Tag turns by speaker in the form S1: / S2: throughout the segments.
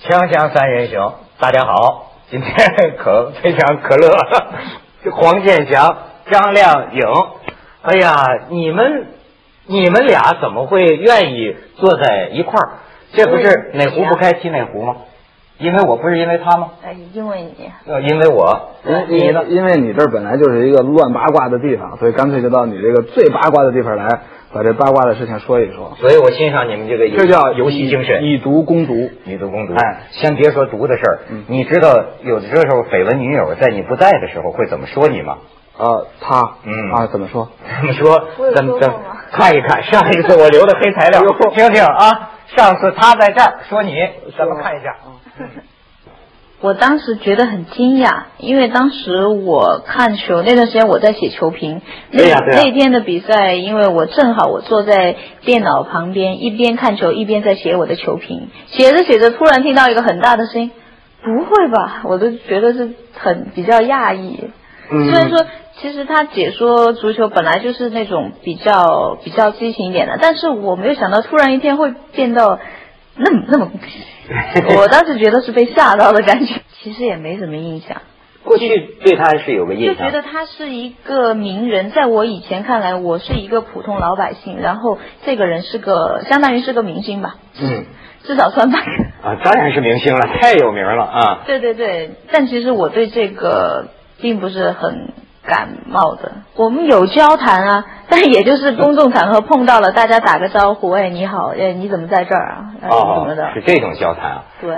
S1: 锵锵三人行，大家好，今天可非常可乐， 黄健翔、张靓颖，哎呀，你们你们俩怎么会愿意坐在一块儿？这不是哪壶不开提哪壶吗？因为我不是因为他吗？
S2: 呃，因为你，
S1: 呃，因为我，
S3: 因
S1: 你呢？
S3: 因为你这儿本来就是一个乱八卦的地方，所以干脆就到你这个最八卦的地方来，把这八卦的事情说一说。
S1: 所以我欣赏你们这个
S3: 这叫
S1: 游戏精神。
S3: 以毒攻毒。
S1: 女毒攻毒，
S3: 哎，
S1: 先别说毒的事儿，
S3: 嗯
S1: 你知道有的时候绯闻女友在你不在的时候会怎么说你吗？
S3: 呃，他，
S1: 嗯
S3: 啊，怎么说？
S1: 他们说
S2: 我有啊
S1: 怎么
S2: 说
S1: 怎
S2: 过
S1: 么
S2: 吗
S1: 看一 看上一次我留的黑材料
S3: 哎呦，
S1: 听听啊。上次他在这儿说你，咱们看一下。
S2: 我当时觉得很惊讶，因为当时我看球那段时间我在写球评，那、
S1: 对呀对呀
S2: 那天的比赛，因为我正好我坐在电脑旁边，一边看球一边在写我的球评，写着写着突然听到一个很大的声音，不会吧？我都觉得是很比较讶异。
S1: 嗯
S2: 虽然说，其实他解说足球本来就是那种比较比较激情一点的，但是我没有想到突然一天会变到那么那么， 我当时觉得是被吓到的感觉，其实也没什么印象，
S1: 过去对他是有个
S2: 就
S1: 印
S2: 觉
S1: 象，
S2: 得他是一个名人，在我以前看来，我是一个普通老百姓，然后这个人是个相当于是个明星吧，
S1: 嗯
S2: 至少 算半个。
S1: 啊，当然是明星了，太有名了啊。
S2: 对对对，但其实我对这个并不是很感冒的。我们有交谈啊， 但也就是公众场合碰到了，大家打个招呼，哎，你好，哎，你怎么在这儿啊？哎，怎么的？
S1: 哦是这种交谈啊。
S2: 对，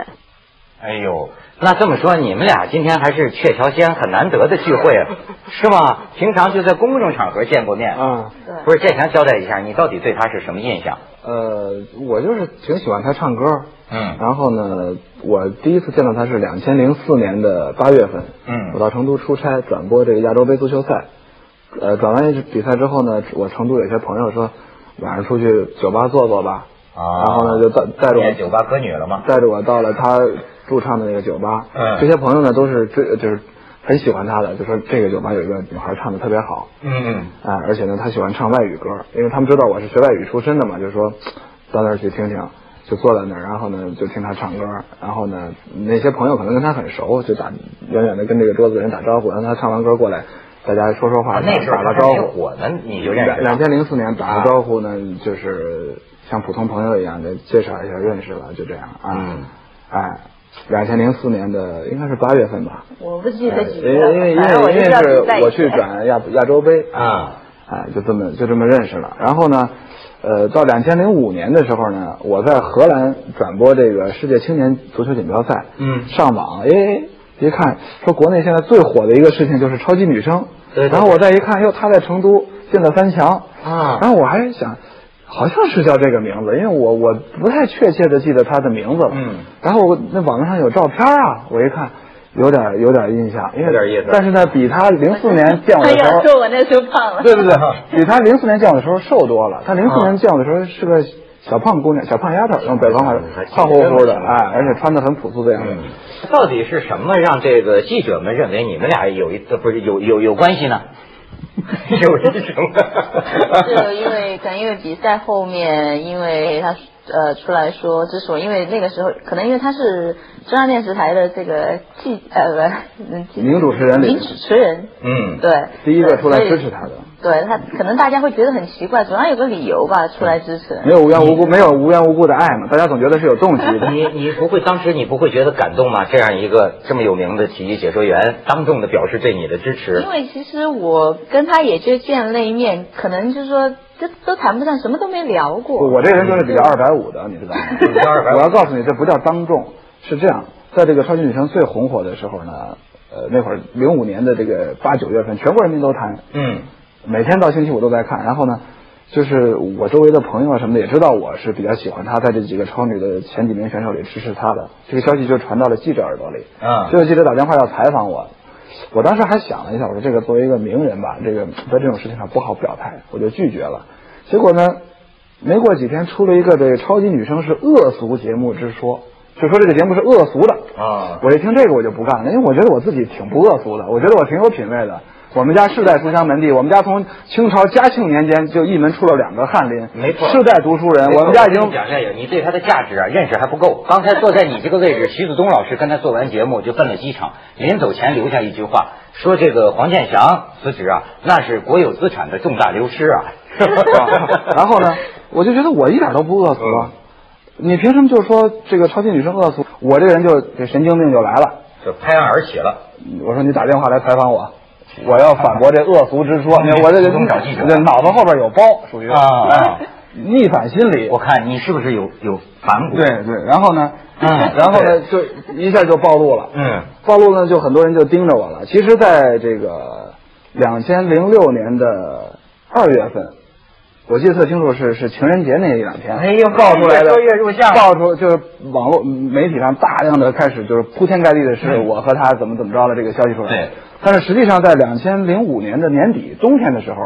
S1: 哎呦，那这么说，你们俩今天还是鹊桥西安很难得的聚会 啊，是吗？平常就在公众场合见过面。
S3: 啊，
S2: 对
S1: 不是，建强交代一下，你到底对他是什么印象？
S3: 呃，我就是挺喜欢他唱歌。
S1: 嗯
S3: 然后呢，我第一次见到他是两千零四年的八月份，
S1: 嗯
S3: 我到成都出差转播这个亚洲杯足球赛，呃，转完比赛之后呢，我成都有些朋友说晚上出去酒吧坐坐吧，
S1: 啊
S3: 然后呢就带带着我
S1: 酒吧歌女了吗？
S3: 带着我到了他驻唱的那个酒吧。
S1: 嗯
S3: 这些朋友呢都是这就是很喜欢他的，就说这个酒吧有一个女孩唱的特别好，
S1: 嗯
S3: 啊、而且呢她喜欢唱外语歌，因为他们知道我是学外语出身的嘛，就说到那儿去听听。就坐在那儿，然后呢，就听他唱歌，然后呢，那些朋友可能跟他很熟，就打远远的跟这个桌子人打招呼，然后他唱完歌过来，大家说说话，
S1: 啊那时候
S3: 打
S1: 他
S3: 个
S1: 还
S3: 招
S1: 没
S3: 呼，
S1: 火呢，你就认识
S3: 两
S1: 他
S3: 千零四年打
S1: 啊
S3: 个招呼呢，就是像普通朋友一样的介绍一下认识了，就这样啊。
S1: 嗯
S3: 哎，两千零四年的应该是八月份吧。
S2: 我不记得几
S3: 因
S2: 个
S3: 为因为
S2: 了，
S3: 因
S2: 反正我
S3: 为
S2: 就
S3: 因为
S2: 知道
S3: 是
S2: 比赛
S3: 我去
S2: 以前
S3: 转亚亚洲杯
S1: 啊，
S3: 哎，就这么就这么认识了。然后呢，呃，到两千零五年的时候呢，我在荷兰转播这个世界青年足球锦标赛，
S1: 嗯
S3: 上网，哎，一看说国内现在最火的一个事情就是超级女声，
S1: 对对
S3: 然后我再一看，哟，她在成都进了三强，
S1: 啊
S3: 然后我还想。好像是叫这个名字，因为我我不太确切的记得她的名字了。
S1: 嗯，
S3: 然后我那网络上有照片啊，我一看，有点有点印象，因为
S1: 有点意思
S3: 但是呢，比她零四年见我的
S2: 哎
S3: 时
S2: 呀，
S3: 候，
S2: 说我那时候 胖了。
S3: 对对对，比他零四年见我的时候瘦多了。他零四年见我的时
S1: 嗯
S3: 候是个小胖姑娘、小胖丫头，用北方话说
S1: 还，记得
S3: 胖乎乎的，
S1: 呢
S3: 哎，而且穿的很朴素的样子。
S1: 嗯，到底是什么让这个记者们认为你们俩有一呃不是有有有关系 呢？有一种，
S2: 就因为可能因为比赛后面，因为他呃出来说，之所以因为那个时候，可能因为他是中央电视台的这个记呃不嗯记
S3: 名主持人里
S2: 名主持人，
S1: 嗯，
S2: 对，
S3: 第一个
S2: 对
S3: 出来
S2: 所以
S3: 支持他的
S2: 对他可能大家会觉得很奇怪，总要有个理由吧，出来支持。
S3: 没有无缘无故，没有无缘无故的爱嘛，大家总觉得是有动机的。
S1: 你你不会当时你不会觉得感动吗？这样一个这么有名的体育解说员，当众的表示对你的支持
S2: 因，为其实我跟他也就见了一面，可能就是说这都谈不上，什么都没聊过。
S3: 我这个人就是比较二百五的，你知道吗？
S1: 比较250
S3: 我要告诉你，这不叫当众，是这样，在这个超级女声最红火的时候呢，呃，那会儿零五年的这个八九月份，全国人民都谈，
S1: 嗯，
S3: 每天到星期五都在看。然后呢，就是我周围的朋友啊什么的也知道我是比较喜欢他，在这几个超女的前几名选手里支持他的。这个消息就传到了记者耳朵里，
S1: 嗯
S3: 就有记者打电话要采访我。我当时还想了一下，我说这个作为一个名人吧，这个在这种事情上不好表态，我就拒绝了。结果呢，没过几天出了一个这个超级女声是恶俗节目之说，就说这个节目是恶俗的
S1: 啊
S3: 我一听这个我就不干了，因为我觉得我自己挺不恶俗的，我觉得我挺有品位的。我们家世代书香门第，我们家从清朝嘉庆年间就一门出了两个翰林，
S1: 没错
S3: 世代读书人。
S1: 没错
S3: 我们家已
S1: 跟
S3: 经
S1: 你讲这个，你对他的价值啊认识还不够。刚才坐在你这个位置，徐子东老师跟他做完节目就奔了机场，临走前留下一句话，说这个黄健翔辞职啊，那是国有资产的重大流 失啊。
S3: 然后呢，我就觉得我一点都不恶俗
S1: 嗯
S3: 啊，你凭什么就说这个超级女生恶俗？我这人就这神经病就来了。
S1: 就拍案而起了。
S3: 我说你打电话来采访我，我要反驳这恶俗之说。
S1: 嗯
S3: 我这
S1: 主动找记者
S3: 这脑子后边有包，属于
S1: 啊啊
S3: 哎逆反心理。
S1: 我看你是不是有有反骨？
S3: 对，对，然后呢，
S1: 嗯
S3: 然后呢，就一下就暴露了。
S1: 嗯，
S3: 暴露呢，就很多人就盯着我了。其实，在这个两千零六年的二月份，我记得特清楚是是情人节那一两天，
S1: 哎呦
S3: 爆出来的
S1: 越说越入相了
S3: 爆出就是网络媒体上大量的开始就是铺天盖地的是
S1: 嗯
S3: 我和他怎么怎么着了这个消息出来。
S1: 对，
S3: 但是实际上在两千零五年的年底冬天的时候，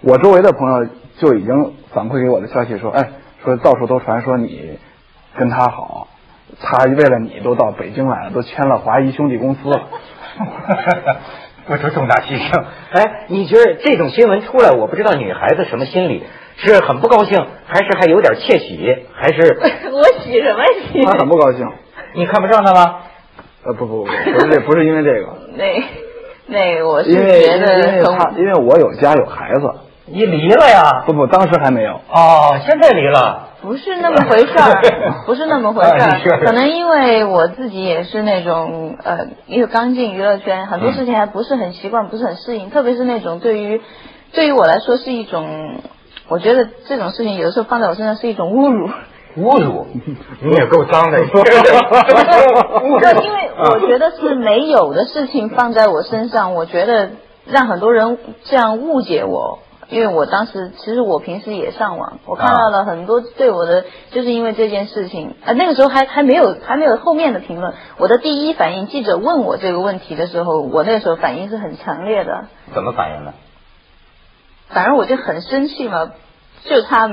S3: 我周围的朋友就已经反馈给我的消息说，哎，说到处都传说你跟他好，他为了你都到北京来了，都签了华谊兄弟公司了。
S1: 我说重大牺牲。哎，你觉得这种新闻出来，我不知道女孩子什么心理，是很不高兴，还是还有点窃喜，还是 哎
S2: 我洗什么洗？
S3: 他很不高兴。
S1: 你看不上他吗？
S3: 呃，不不不，不是这，不是因为这个，
S2: 那那我 是
S3: 因为
S2: 觉
S3: 因为
S2: 得
S3: 他
S2: 从
S3: 因为我有家有孩子，
S1: 你离了呀？
S3: 不不，当时还没有。
S1: 哦，现在离了。
S2: 不是那么回事儿，不是那么回事
S1: 啊是
S2: 儿。可能因为我自己也是那种呃，因为刚进娱乐圈，很多事情还不是很习惯，不是很适应，特别是那种对于对于我来说是一种，我觉得这种事情有的时候放在我身上是一种侮辱。
S1: 侮辱， 你也够脏 的。嗯
S2: 就因为我觉得是没有的事情放在我身上，我觉得让很多人这样误解我。因为我当时其实我平时也上网，我看到了很多对我的，就是因为这件事情，啊、那个时候还还没有还没有后面的评论。我的第一反应，记者问我这个问题的时候，我那时候反应是很强烈的，
S1: 怎么反应的？
S2: 反正我就很生气嘛，就他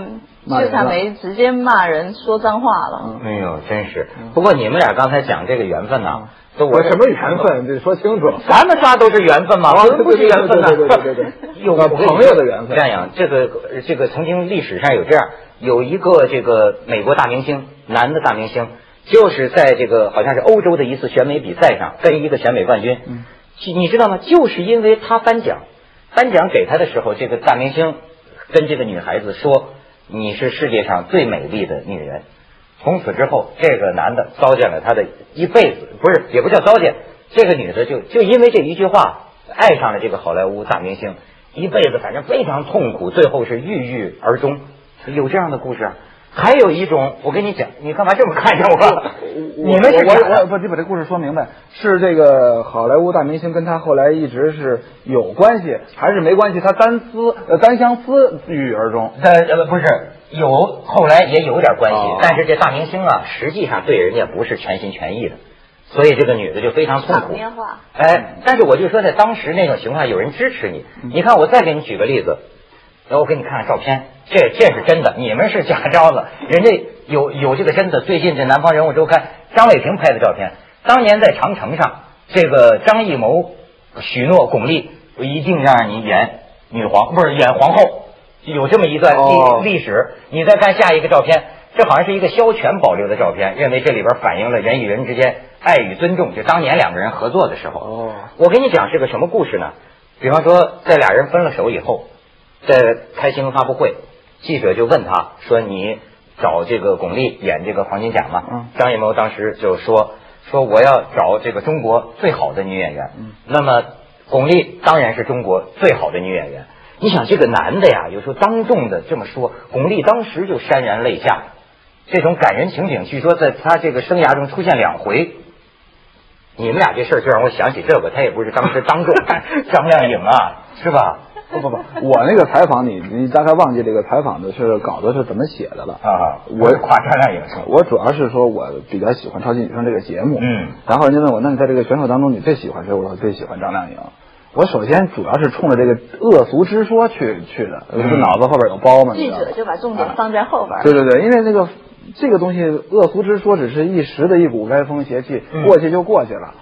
S3: 骂人了
S2: 就他没直接骂人说脏话了，
S1: 哎呦，真是。不过你们俩刚才讲这个缘分呐，都
S3: 我什么缘分？得说清楚。
S1: 咱们仨都是缘分嘛，
S3: 啊
S1: 我们不是缘分呐，
S3: 对对对对对 对
S1: 有
S3: 啊朋友的缘分
S1: 这样，这个这个曾经历史上有这样有一个这个美国大明星，男的大明星，就是在这个好像是欧洲的一次选美比赛上跟一个选美冠军，
S3: 嗯
S1: 就你知道吗？就是因为他颁奖，颁奖给他的时候，这个大明星跟这个女孩子说：“你是世界上最美丽的女人。”从此之后，这个男的糟践了他的一辈子，不是也不叫糟践，这个女的就就因为这一句话爱上了这个好莱坞大明星，一辈子反正非常痛苦，最后是郁郁而终。有这样的故事啊，还有一种，我跟你讲，你干嘛这么看着我？你们是
S3: 我
S1: 假的
S3: 我我不，你把这故事说明白，是这个好莱坞大明星跟他后来一直是有关系，还是没关系？他单思呃单相思郁郁而终。
S1: 呃呃不是有，后来也有点关系，
S3: 哦
S1: 但是这大明星啊，实际上对人家不是全心全意的，所以这个女的就非常痛
S2: 场
S1: 苦。
S2: 面话。
S1: 哎，但是我就说，在当时那种情况，有人支持你。你看，我再给你举个例子，然后我给你看看照片，这这是真的，你们是假招子。人家有有这个真的，最近这《南方人物周刊》张伟平拍的照片，当年在长城上，这个张艺谋、许诺、巩俐我一定让你演女皇，不是演皇后，有这么一段历、
S3: 哦
S1: 历史。你再看下一个照片，这好像是一个肖全保留的照片，认为这里边反映了人与人之间爱与尊重，就当年两个人合作的时候。
S3: 哦
S1: 我跟你讲是个什么故事呢？比方说，在俩人分了手以后，在开新闻发布会，记者就问他说：“你找这个巩俐演这个黄金甲吗？”
S3: 嗯
S1: 张艺谋当时就说：“说我要找这个中国最好的女演员。
S3: 嗯
S1: 那么巩俐当然是中国最好的女演员。你想这个男的呀，有时候当众的这么说，巩俐当时就潸然泪下。这种感人情景，据说在他这个生涯中出现两回。你们俩这事儿就让我想起这个，他也不是当时 当众张靓颖啊，是吧？
S3: 不不不，我那个采访你，你大概忘记这个采访的是稿子是怎么写的了。
S1: 啊，
S3: 我
S1: 夸张亮也是吧
S3: 我主要是说我比较喜欢《超级女声》这个节目，
S1: 嗯，
S3: 然后人家问我，那你在这个选手当中你最喜欢谁？我说最喜欢张靓颖。我首先主要是冲着这个恶俗之说去去的，
S1: 嗯
S3: 就是脑子后边有包嘛。你
S2: 记
S3: 知道吗
S2: 者就把重点放在后边儿。
S3: 对对对，因为那个这个东西恶俗之说只是一时的一股歪风邪气，
S1: 嗯
S3: 过去就过去了。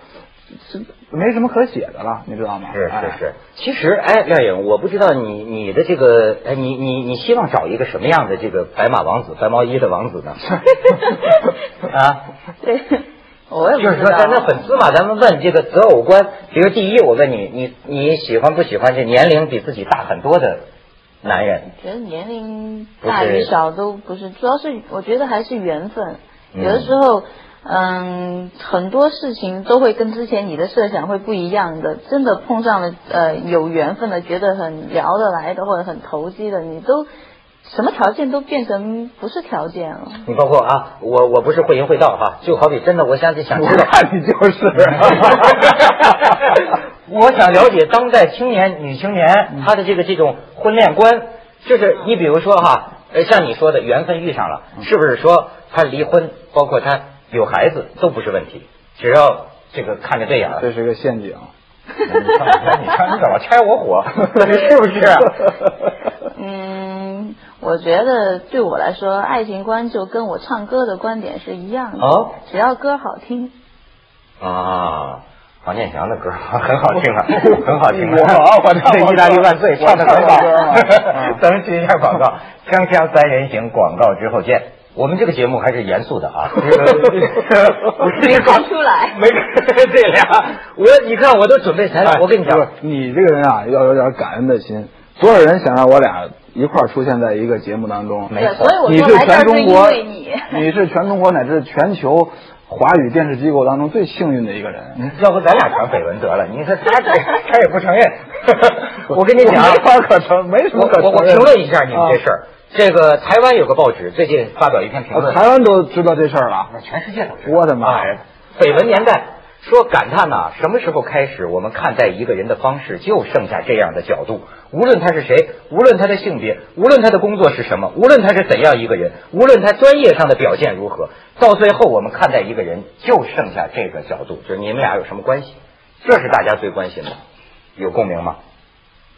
S3: 没什么可写的了，你知道吗？
S1: 是
S3: 哎
S1: 是是，其实哎，廖颖，我不知道你你的这个哎，你你你希望找一个什么样的这个白马王子、白毛衣的王子呢？ 啊，
S2: 对， 我也不
S1: 就是
S2: 知
S1: 说，
S2: 道。
S1: 咱们粉丝嘛，咱们问这个择偶观，比如第一，我问你，你你喜欢不喜欢这年龄比自己大很多的男人？
S2: 觉得年龄
S1: 不
S2: 大
S1: 是
S2: 与小都不是，主要是我觉得还是缘分。
S1: 嗯
S2: 有的时候，嗯，很多事情都会跟之前你的设想会不一样的。真的碰上了呃有缘分的，觉得很聊得来的或者很投机的，你都什么条件都变成不是条件了。
S1: 你包括啊，我我不是会淫会道哈，就好比真的，我想想
S3: 我
S1: 知道，
S3: 看你就是。
S1: 我想了解当代青年女青年她的这个这种婚恋观，就是你比如说哈，呃，像你说的缘分遇上了，是不是说她离婚，包括她有孩子都不是问题，只要 这个看着对眼了。
S3: 这是个陷 阱。
S1: 你看，你看，你看，你怎么拆我火？ 是不 是啊？
S2: 嗯，我觉得对我来说，爱情观就跟我唱歌的观点是一样的。
S1: 哦
S2: 只要歌好 听，
S1: 啊，黄健翔的歌 很好听 啊，很好听啊。
S3: 我我唱 过
S1: 意大利万岁
S3: 我
S1: 唱的很好
S3: 唱 过歌啊嗯。
S1: 咱们接一下广告，锵锵三人行广告之后见。我们这个节目还是严肃的 啊，这个
S2: 没看出来
S1: 没这俩，我你看我都准备材料，哎我跟你
S3: 哎不是
S1: 讲，
S3: 你这个人啊，要有点感恩的心。多少人想让我俩一块儿出现在一个节目当中？
S1: 没错
S2: 对，所以我
S3: 你
S2: 说
S3: 是
S2: 来这
S3: 全
S2: 儿是
S3: 中
S2: 因
S3: 国
S2: 为你。，
S3: 你是全中国乃至全球华语电视机构当中最幸运的一个人。
S1: 要不咱俩传绯闻得了？你说他 他也不承认， 我跟你讲，啊
S3: 没法可承，没什
S1: 我
S3: 么可
S1: 我我
S3: 承认啊
S1: 评
S3: 的
S1: 论一下你们这事儿。这个台湾有个报纸最近发表一篇评
S3: 啊
S1: 论，
S3: 台湾都知道这事儿了。
S1: 全世界都知道。
S3: 我的妈
S1: 哎！绯闻年代说感叹呐、什么时候开始我们看待一个人的方式就剩下这样的角度？无论他是谁，无论他的性别，无论他的工作是什么，无论他是怎样一个人，无论他专业上的表现如何，到最后我们看待一个人就剩下这个角度，就是你们俩有什么关系？这是大家最关心的，有共鸣吗？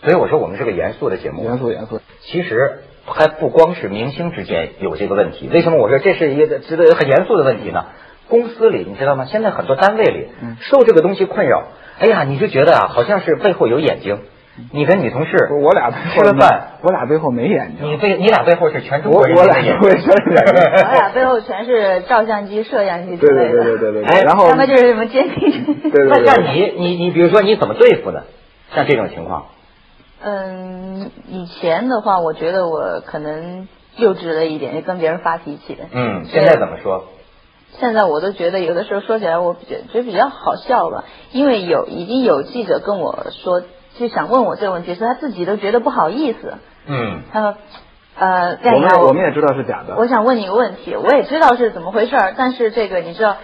S1: 所以我说我们是个严肃的节目，啊
S3: 严肃严肃，
S1: 其实还不光是明星之间有这个问题。为什么我说这是一个值得很严肃的问题呢？公司里你知道吗？现在很多单位里
S3: 嗯
S1: 受这个东西困扰，哎呀，你就觉得啊，好像是背后有眼睛。你跟女同事，
S3: 不是我俩背
S1: 吃
S3: 后
S1: 了
S3: 没
S1: 饭，，
S3: 我俩背后没眼 睛。
S1: 你背你嗯俩背后是全中国人
S3: 我
S1: 民
S3: 我俩
S1: 的眼
S3: 背后
S1: 睛
S3: 是全中国人民的眼
S2: 我俩背后全是照相机、摄像机之
S3: 对
S2: 类
S3: 对
S2: 的。
S3: 对对对对
S1: 哎
S3: 对。然后
S2: 要么就是什么监听。
S3: 对对
S1: 那
S3: 对
S1: 像你你你，比如说你怎么对付呢？像这种情况，
S2: 嗯，以前的话，我觉得我可能幼稚了一点，就跟别人发脾气。
S1: 嗯，现在怎么说？
S2: 现在我都觉得有的时候说起来，我比较觉得比较好笑吧，因为有已经有记者跟我说，就想问我这个问题，是他自己都觉得不好意思。
S1: 嗯，
S2: 他说，呃，
S3: 我
S2: 亮
S3: 们
S2: 亮，
S3: 我们也知道是假的。哦
S2: 我想问你个问题，我也知道是怎么回事儿，但是这个你知道，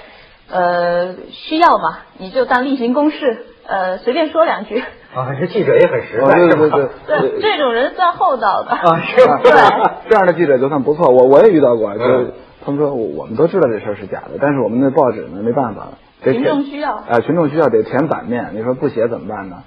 S2: 呃，需要嘛，你就当例行公事，呃，随便说两句。
S1: 啊，这记者也很实
S3: 哦
S1: 在，
S3: 对
S1: 是
S3: 对
S1: 吧
S3: 对
S2: 对，这种人算厚道的。
S1: 啊，是吧？
S2: 对
S3: 这样的记者就算不错，我我也遇到过，就
S1: 嗯
S3: 是他们说我我们都知道这事儿是假的，但是我们的报纸呢没办法了，得
S2: 群
S3: 填
S2: 众需要
S3: 啊、群众需要得填版面，你说不写怎么办呢？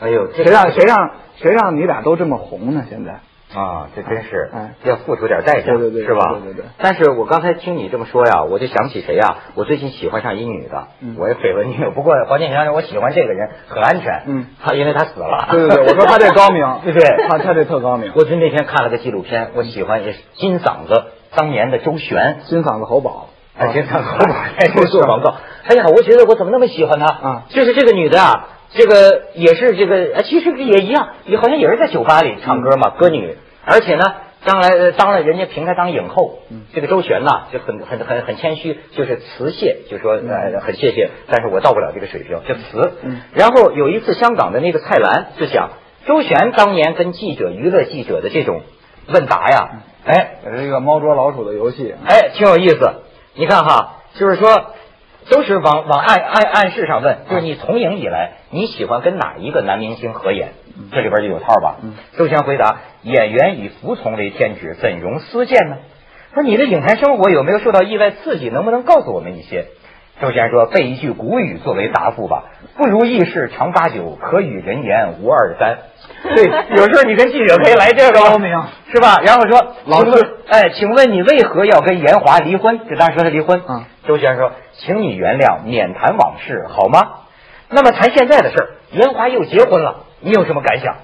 S1: 哎呦，这
S3: 谁让谁让谁让你俩都这么红呢？现在
S1: 啊，这真是
S3: 哎
S1: 要付出点代价，
S3: 对对对
S1: 是吧？
S3: 对对对
S1: 但是我刚才听你这么说呀，我就想起谁呀？我最近喜欢上一女的，
S3: 嗯
S1: 我也绯闻女友。不过黄健翔说我喜欢这个人很安全，
S3: 嗯，
S1: 他因为他死了。
S3: 对对对我说他这高明
S1: 对不 对，
S3: 他他这特高明
S1: 我就那天看了个纪录片，我喜欢也是金嗓子当年的周璇，
S3: 金嗓子喉宝，
S1: 哎，金嗓子喉宝
S3: 是
S1: 这做广告。哎呀，我觉得我怎么那么喜欢她
S3: 啊
S1: 就是这个女的啊，这个也是这个，呃其实也一样，也好像也是在酒吧里唱歌
S3: 嗯
S1: 嘛，歌女。而且呢，当来呃当了人家评她当影后，
S3: 嗯
S1: 这个周璇呐就很很很很谦虚，就是辞谢，就说呃
S3: 嗯
S1: 很谢谢，但是我到不了这个水平，就辞。
S3: 嗯
S1: 然后有一次香港的那个蔡澜就想，周璇当年跟记者娱乐记者的这种问答呀，
S3: 嗯
S1: 哎，
S3: 也是一个猫捉老鼠的游戏。
S1: 哎，挺有意思。你看哈，就是说，都是往往暗暗暗示上问，就是你从影以来，你喜欢跟哪一个男明星合演？这里边就有套吧
S3: 嗯。
S1: 周璇回答：演员以服从为天职，怎容私见呢？说你的影坛生活有没有受到意外刺激？能不能告诉我们一些？周璇说：“背一句古语作为答复吧，不如意事常八九，可与人言无二三。”对，有时候你跟记者可以来这个
S3: 高明
S1: 是吧？然后说，
S3: 老
S1: 请
S3: 师
S1: 问，哎，请问你为何要跟严华离婚？就当时说他离婚。
S3: 嗯，
S1: 周璇说，请你原谅，免谈往事，好吗？那么谈现在的事儿，严华又结婚了，你有什么感想？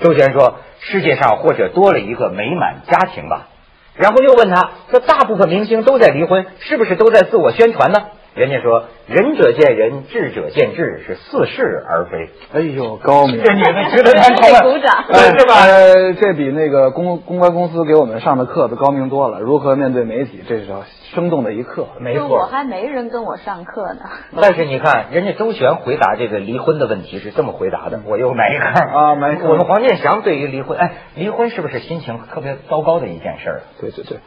S1: 周璇说：“世界上或者多了一个美满家庭吧。”然后又问他：“说大部分明星都在离婚，是不是都在自我宣传呢？”人家说：“仁者见仁，智者见智，是似是而 非。
S3: 哎呦，高”明！
S1: 这女的值得咱
S2: 得
S1: 讨
S2: 鼓
S1: 论，
S2: 掌
S1: 对是 吧？
S3: 呃，这比那个公公关公司给我们上的课子高明多了。如何面对媒体，这是生动的一课。
S1: 没
S2: 就我
S1: 错。
S2: 还没人跟我上课呢。
S3: 嗯
S1: 但是你看，人家周璇回答这个离婚的问题是这么回答的，我又买一看
S3: 嗯啊买一看
S1: 我们黄健翔对于离婚，哎，离婚是不是心情特别糟糕的一件事儿啊？
S3: 对对对，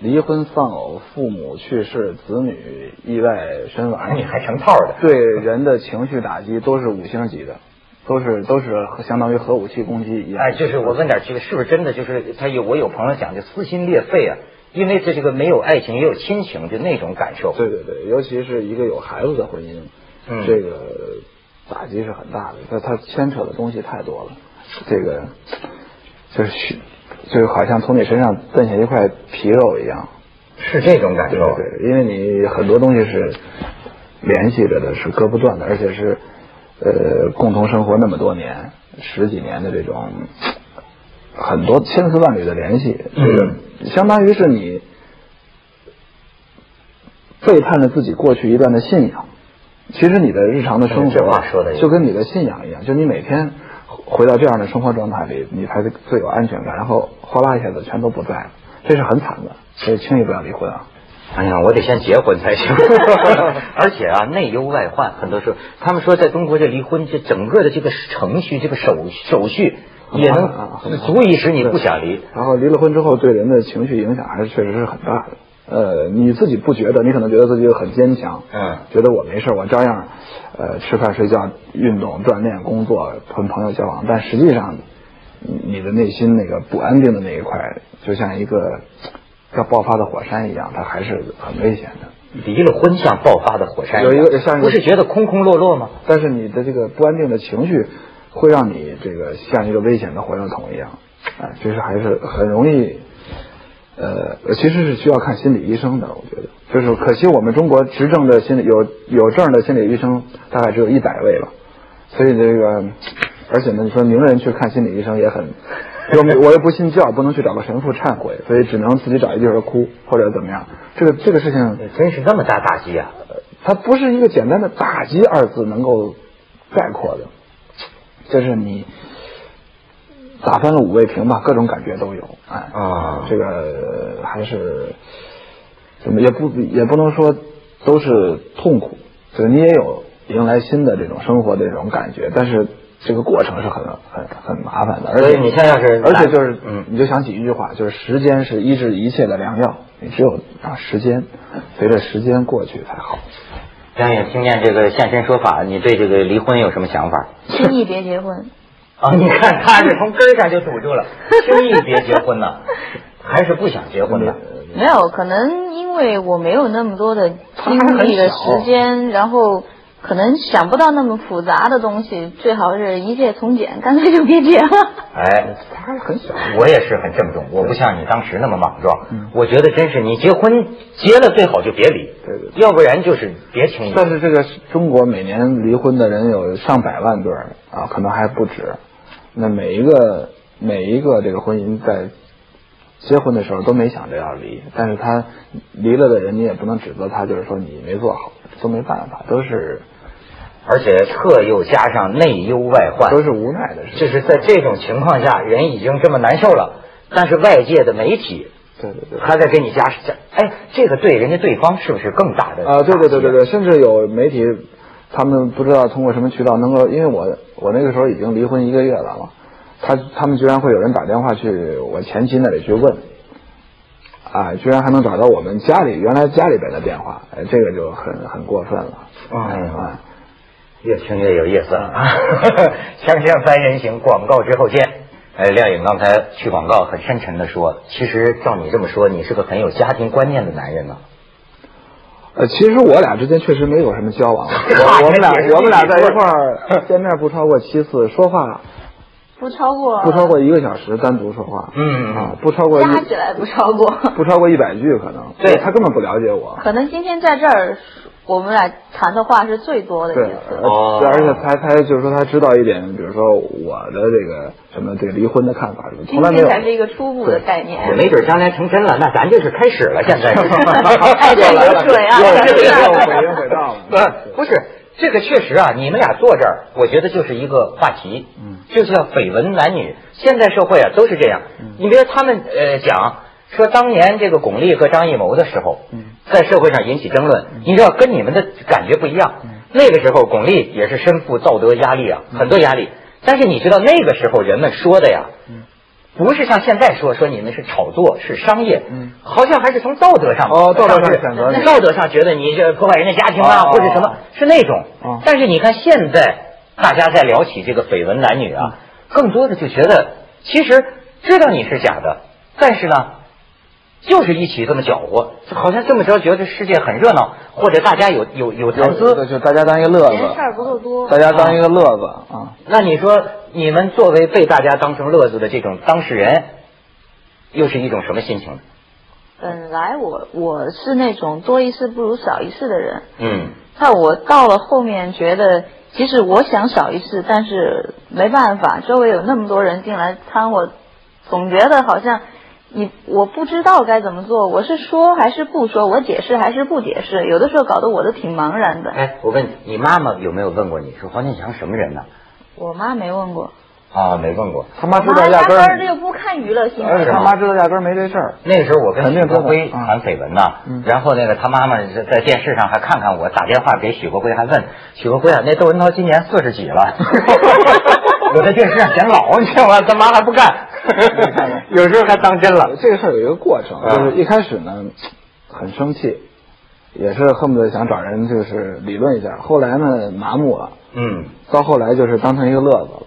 S3: 离婚、丧偶、父母去世、子女意外身亡，
S1: 啊你还成套的。
S3: 对人的情绪打击都是五星级的，都是都是相当于核武器攻击一样。
S1: 哎，就是我问点这个是不是真的？就是他有我有朋友讲，就撕心裂肺啊，因为这这个没有爱情也有亲情，就那种感受。
S3: 对对对，尤其是一个有孩子的婚姻，
S1: 嗯
S3: 这个打击是很大的，它它牵扯的东西太多了，这个就是虚就是好像从你身上蹬下一块皮肉一样，
S1: 是这种感
S3: 对
S1: 受啊。
S3: 对对，因为你很多东西是联系着的，是割不断的，而且是呃共同生活那么多年，十几年的这种很多千丝万缕的联系，
S1: 嗯
S3: 这个、相当于是你背叛了自己过去一段的信仰。其实你的日常的生
S1: 嗯这
S3: 活啊
S1: 话说得也
S3: 就跟你的信仰一样，就你每天回到这样的生活状态里，你才最有安全感。然后哗啦一下子全都不在了，这是很惨的，所以轻易不要离婚啊。
S1: 哎呀，我得先结婚 才行。而且啊，内忧外患，很多时候他们说在中国这离婚这整个的这个程序、这个手手续也
S3: 很麻烦啊
S1: 能
S3: 很麻烦
S1: 足以使你不想离。
S3: 然后离了婚之后，对人的情绪影响还是确实是很大的。呃，你自己不觉得，你可能觉得自己很坚强，
S1: 嗯
S3: 觉得我没事儿，我照样，呃，吃饭、睡觉、运动、锻炼、工作、跟朋友交往，但实际上，你你的内心那个不安定的那一块，就像一个要爆发的火山一样，它还是很危险的。
S1: 离了婚像爆发的火山样，
S3: 有一个像一
S1: 不
S3: 个
S1: 是觉得空空落落吗？
S3: 但是你的这个不安定的情绪，会让你这个像一个危险的火药桶一样，啊、其实还是很容易，呃，其实是需要看心理医生的，我觉得，就是可惜我们中国执政的心理有有证的心理医生大概只有一百位吧，所以这个，而且呢，你说名人去看心理医生也很。又没我又不信教，不能去找个神父忏悔，所以只能自己找一地方哭或者怎么样。这个这个事情
S1: 真是那么大打击啊！
S3: 它不是一个简单的“打击”二字能够概括的，就是你打翻了五味瓶吧，各种感觉都有。哎，
S1: 啊
S3: 这个呃还是怎么也不也不能说都是痛苦，就是你也有迎来新的这种生活的这种感觉，但是这个过程是很很很麻烦的。而
S1: 所以
S3: 且
S1: 你现在是
S3: 而且就是
S1: 嗯
S3: 你就想起一句话，就是时间是医治一切的良药，你只有让时间随着时间过去才好。
S1: 张颖，听见这个现身说法，你对这个离婚有什么想法？
S2: 轻易别结婚，
S1: 啊，你看他是从根儿上就堵住了，轻易别结婚 呐，还是不想结婚呢？
S2: 没有，可能因为我没有那么多的精力的时间，然后可能想不到那么复杂的东西，最好是一切从简，干脆就别结了。
S1: 哎，
S3: 他还很小，
S1: 我也是很郑重，我不像你当时那么莽
S3: 嗯
S1: 撞。我觉得真是，你结婚结了最好就别离，
S3: 对对
S1: 要不然就是别轻易。
S3: 但是这个中国每年离婚的人有上百万对儿啊，可能还不止。那每一个每一个这个婚姻在结婚的时候都没想着要离，但是他离了的人，你也不能指责他，就是说你没做好，都没办法，都是
S1: 而且特又加上内忧外患，
S3: 都是无奈的事。
S1: 就是在这种情况下，人已经这么难受了，但是外界的媒体
S3: 对对对。
S1: 还在给你加加，哎，这个对人家对方是不是更大的
S3: 啊，对对
S1: 打
S3: 对对
S1: 击啊，
S3: 对，甚至有媒体，他们不知道通过什么渠道能够，因为我我那个时候已经离婚一个月了嘛，他他们居然会有人打电话去我前妻那里去问，啊，居然还能找到我们家里原来家里边的电话，哎，这个就很很过分了，
S1: 哎呀
S3: 啊，
S1: 越听越有意思 啊！锵锵三人行，广告之后见。哎，亮颖刚才去广告很深沉的说，其实照你这么说，你是个很有家庭观念的男人呢、
S3: 呃，其实我俩之间确实没有什么交往， 我我们俩我们俩在一块儿见面不超过七次，说话
S2: 不超过，
S3: 不超过一个小时单独说话，
S1: 嗯
S3: 啊，不超过一
S2: 加起来不超过。
S3: 不超过一百句可能，
S1: 对
S3: 他根本不了解我，
S2: 可能今天在这儿我们俩谈的话是最多的
S3: 对，
S2: 一次。
S3: 而
S1: 哦
S3: 对而且他他就是说他知道一点，比如说我的这个什么对离婚的看法什么，
S2: 今
S3: 从来没
S2: 天
S3: 有。
S2: 才是一个初步的概念。
S1: 也没准将来成真了，那咱就是开始了。 现在，
S2: 哎对有水啊
S1: 这个
S2: 有
S3: 水啊有水到了
S1: 不不是这个确实啊，你们俩坐这儿，我觉得就是一个话题，
S3: 嗯，
S1: 就像绯闻男女，现在社会啊都是这样。
S3: 嗯
S1: 你比如他们呃讲说当年这个巩俐和张艺谋的时候，
S3: 嗯，
S1: 在社会上引起争论，你知道跟你们的感觉不一样。
S3: 嗯
S1: 那个时候巩俐也是身负道德压力啊，很多压
S3: 嗯
S1: 力。但是你知道那个时候人们说的呀，不是像现在说说你们是炒作是商业，
S3: 嗯
S1: 好像还是从道德上
S3: 哦道德上
S1: 是
S3: 谴责你
S1: 道德上觉得你这破坏人家家庭啊，
S3: 哦
S1: 或者什么，是那种。
S3: 哦
S1: 但是你看现在大家在聊起这个绯闻男女
S3: 嗯
S1: 啊，更多的就觉得其实知道你是假的，但是呢，就是一起这么搅和，好像这么着觉得世界很热闹，或者大家有有有谈资，
S3: 就就大家当一个乐
S2: 嫌事儿
S3: 子，
S2: 不够多。
S3: 大家当一个乐子啊。
S1: 那你说，你们作为被大家当成乐子的这种当事人，又是一种什么心情？
S2: 本来我我是那种多一事不如少一事的人，
S1: 嗯，
S2: 但我到了后面觉得，即使我想少一事，但是没办法，周围有那么多人进来掺和，总觉得好像你我不知道该怎么做，我是说还是不说，我解释还是不解释，有的时候搞得我都挺茫然的。
S1: 哎，我问你，你妈妈有没有问过你说黄健翔什么人呢？
S2: 我妈没问过，
S1: 啊，没问过。
S3: 他妈
S2: 我
S3: 知
S2: 妈
S3: 道压
S2: 压
S3: 根
S2: 根儿
S3: 儿，哎
S2: 就不看娱乐新
S3: 而且
S2: 闻。
S3: 他妈知道压根儿没这事儿。
S1: 那个时候我跟
S3: 肯
S1: 许
S3: 定
S1: 国辉
S3: 知道嗯
S1: 谈绯闻呢，
S3: 嗯
S1: 然后那个他妈妈在在电视上还看看我，打电话给许国辉还问许国辉啊，那窦文涛今年四十几 了，我在电视上显老，你知道吗？他妈还不干， 有时候还当真了。
S3: 这个事儿有一个过程，
S1: 啊
S3: 就是一开始呢，很生气，也是恨不得想找人就是理论一下。后来呢，麻木了，
S1: 嗯，
S3: 到后来就是当成一个乐子了。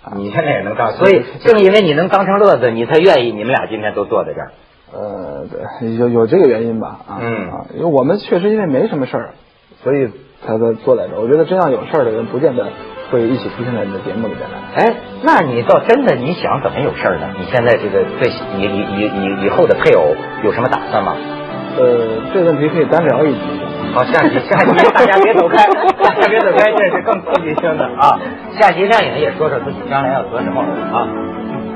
S3: 啊
S1: 你现在也能当，所以正因为你能当成乐子，你才愿意你们俩今天都坐在这儿。
S3: 呃，对，有有这个原因吧，啊，
S1: 嗯
S3: 啊，因为我们确实因为没什么事儿，所以才在坐在这儿。我觉得真要有事儿的人，不见得会一起出现在你的节目里边来。
S1: 哎，那你倒真的你想怎么有事儿呢？你现在这个对以以以以以后的配偶有什么打算吗？
S3: 呃，这个问题可以单聊一集。
S1: 好，下集下集大家别走开，大家别走开，这是更刺激性的啊！下集亮颖也说说自己将来要得什么啊。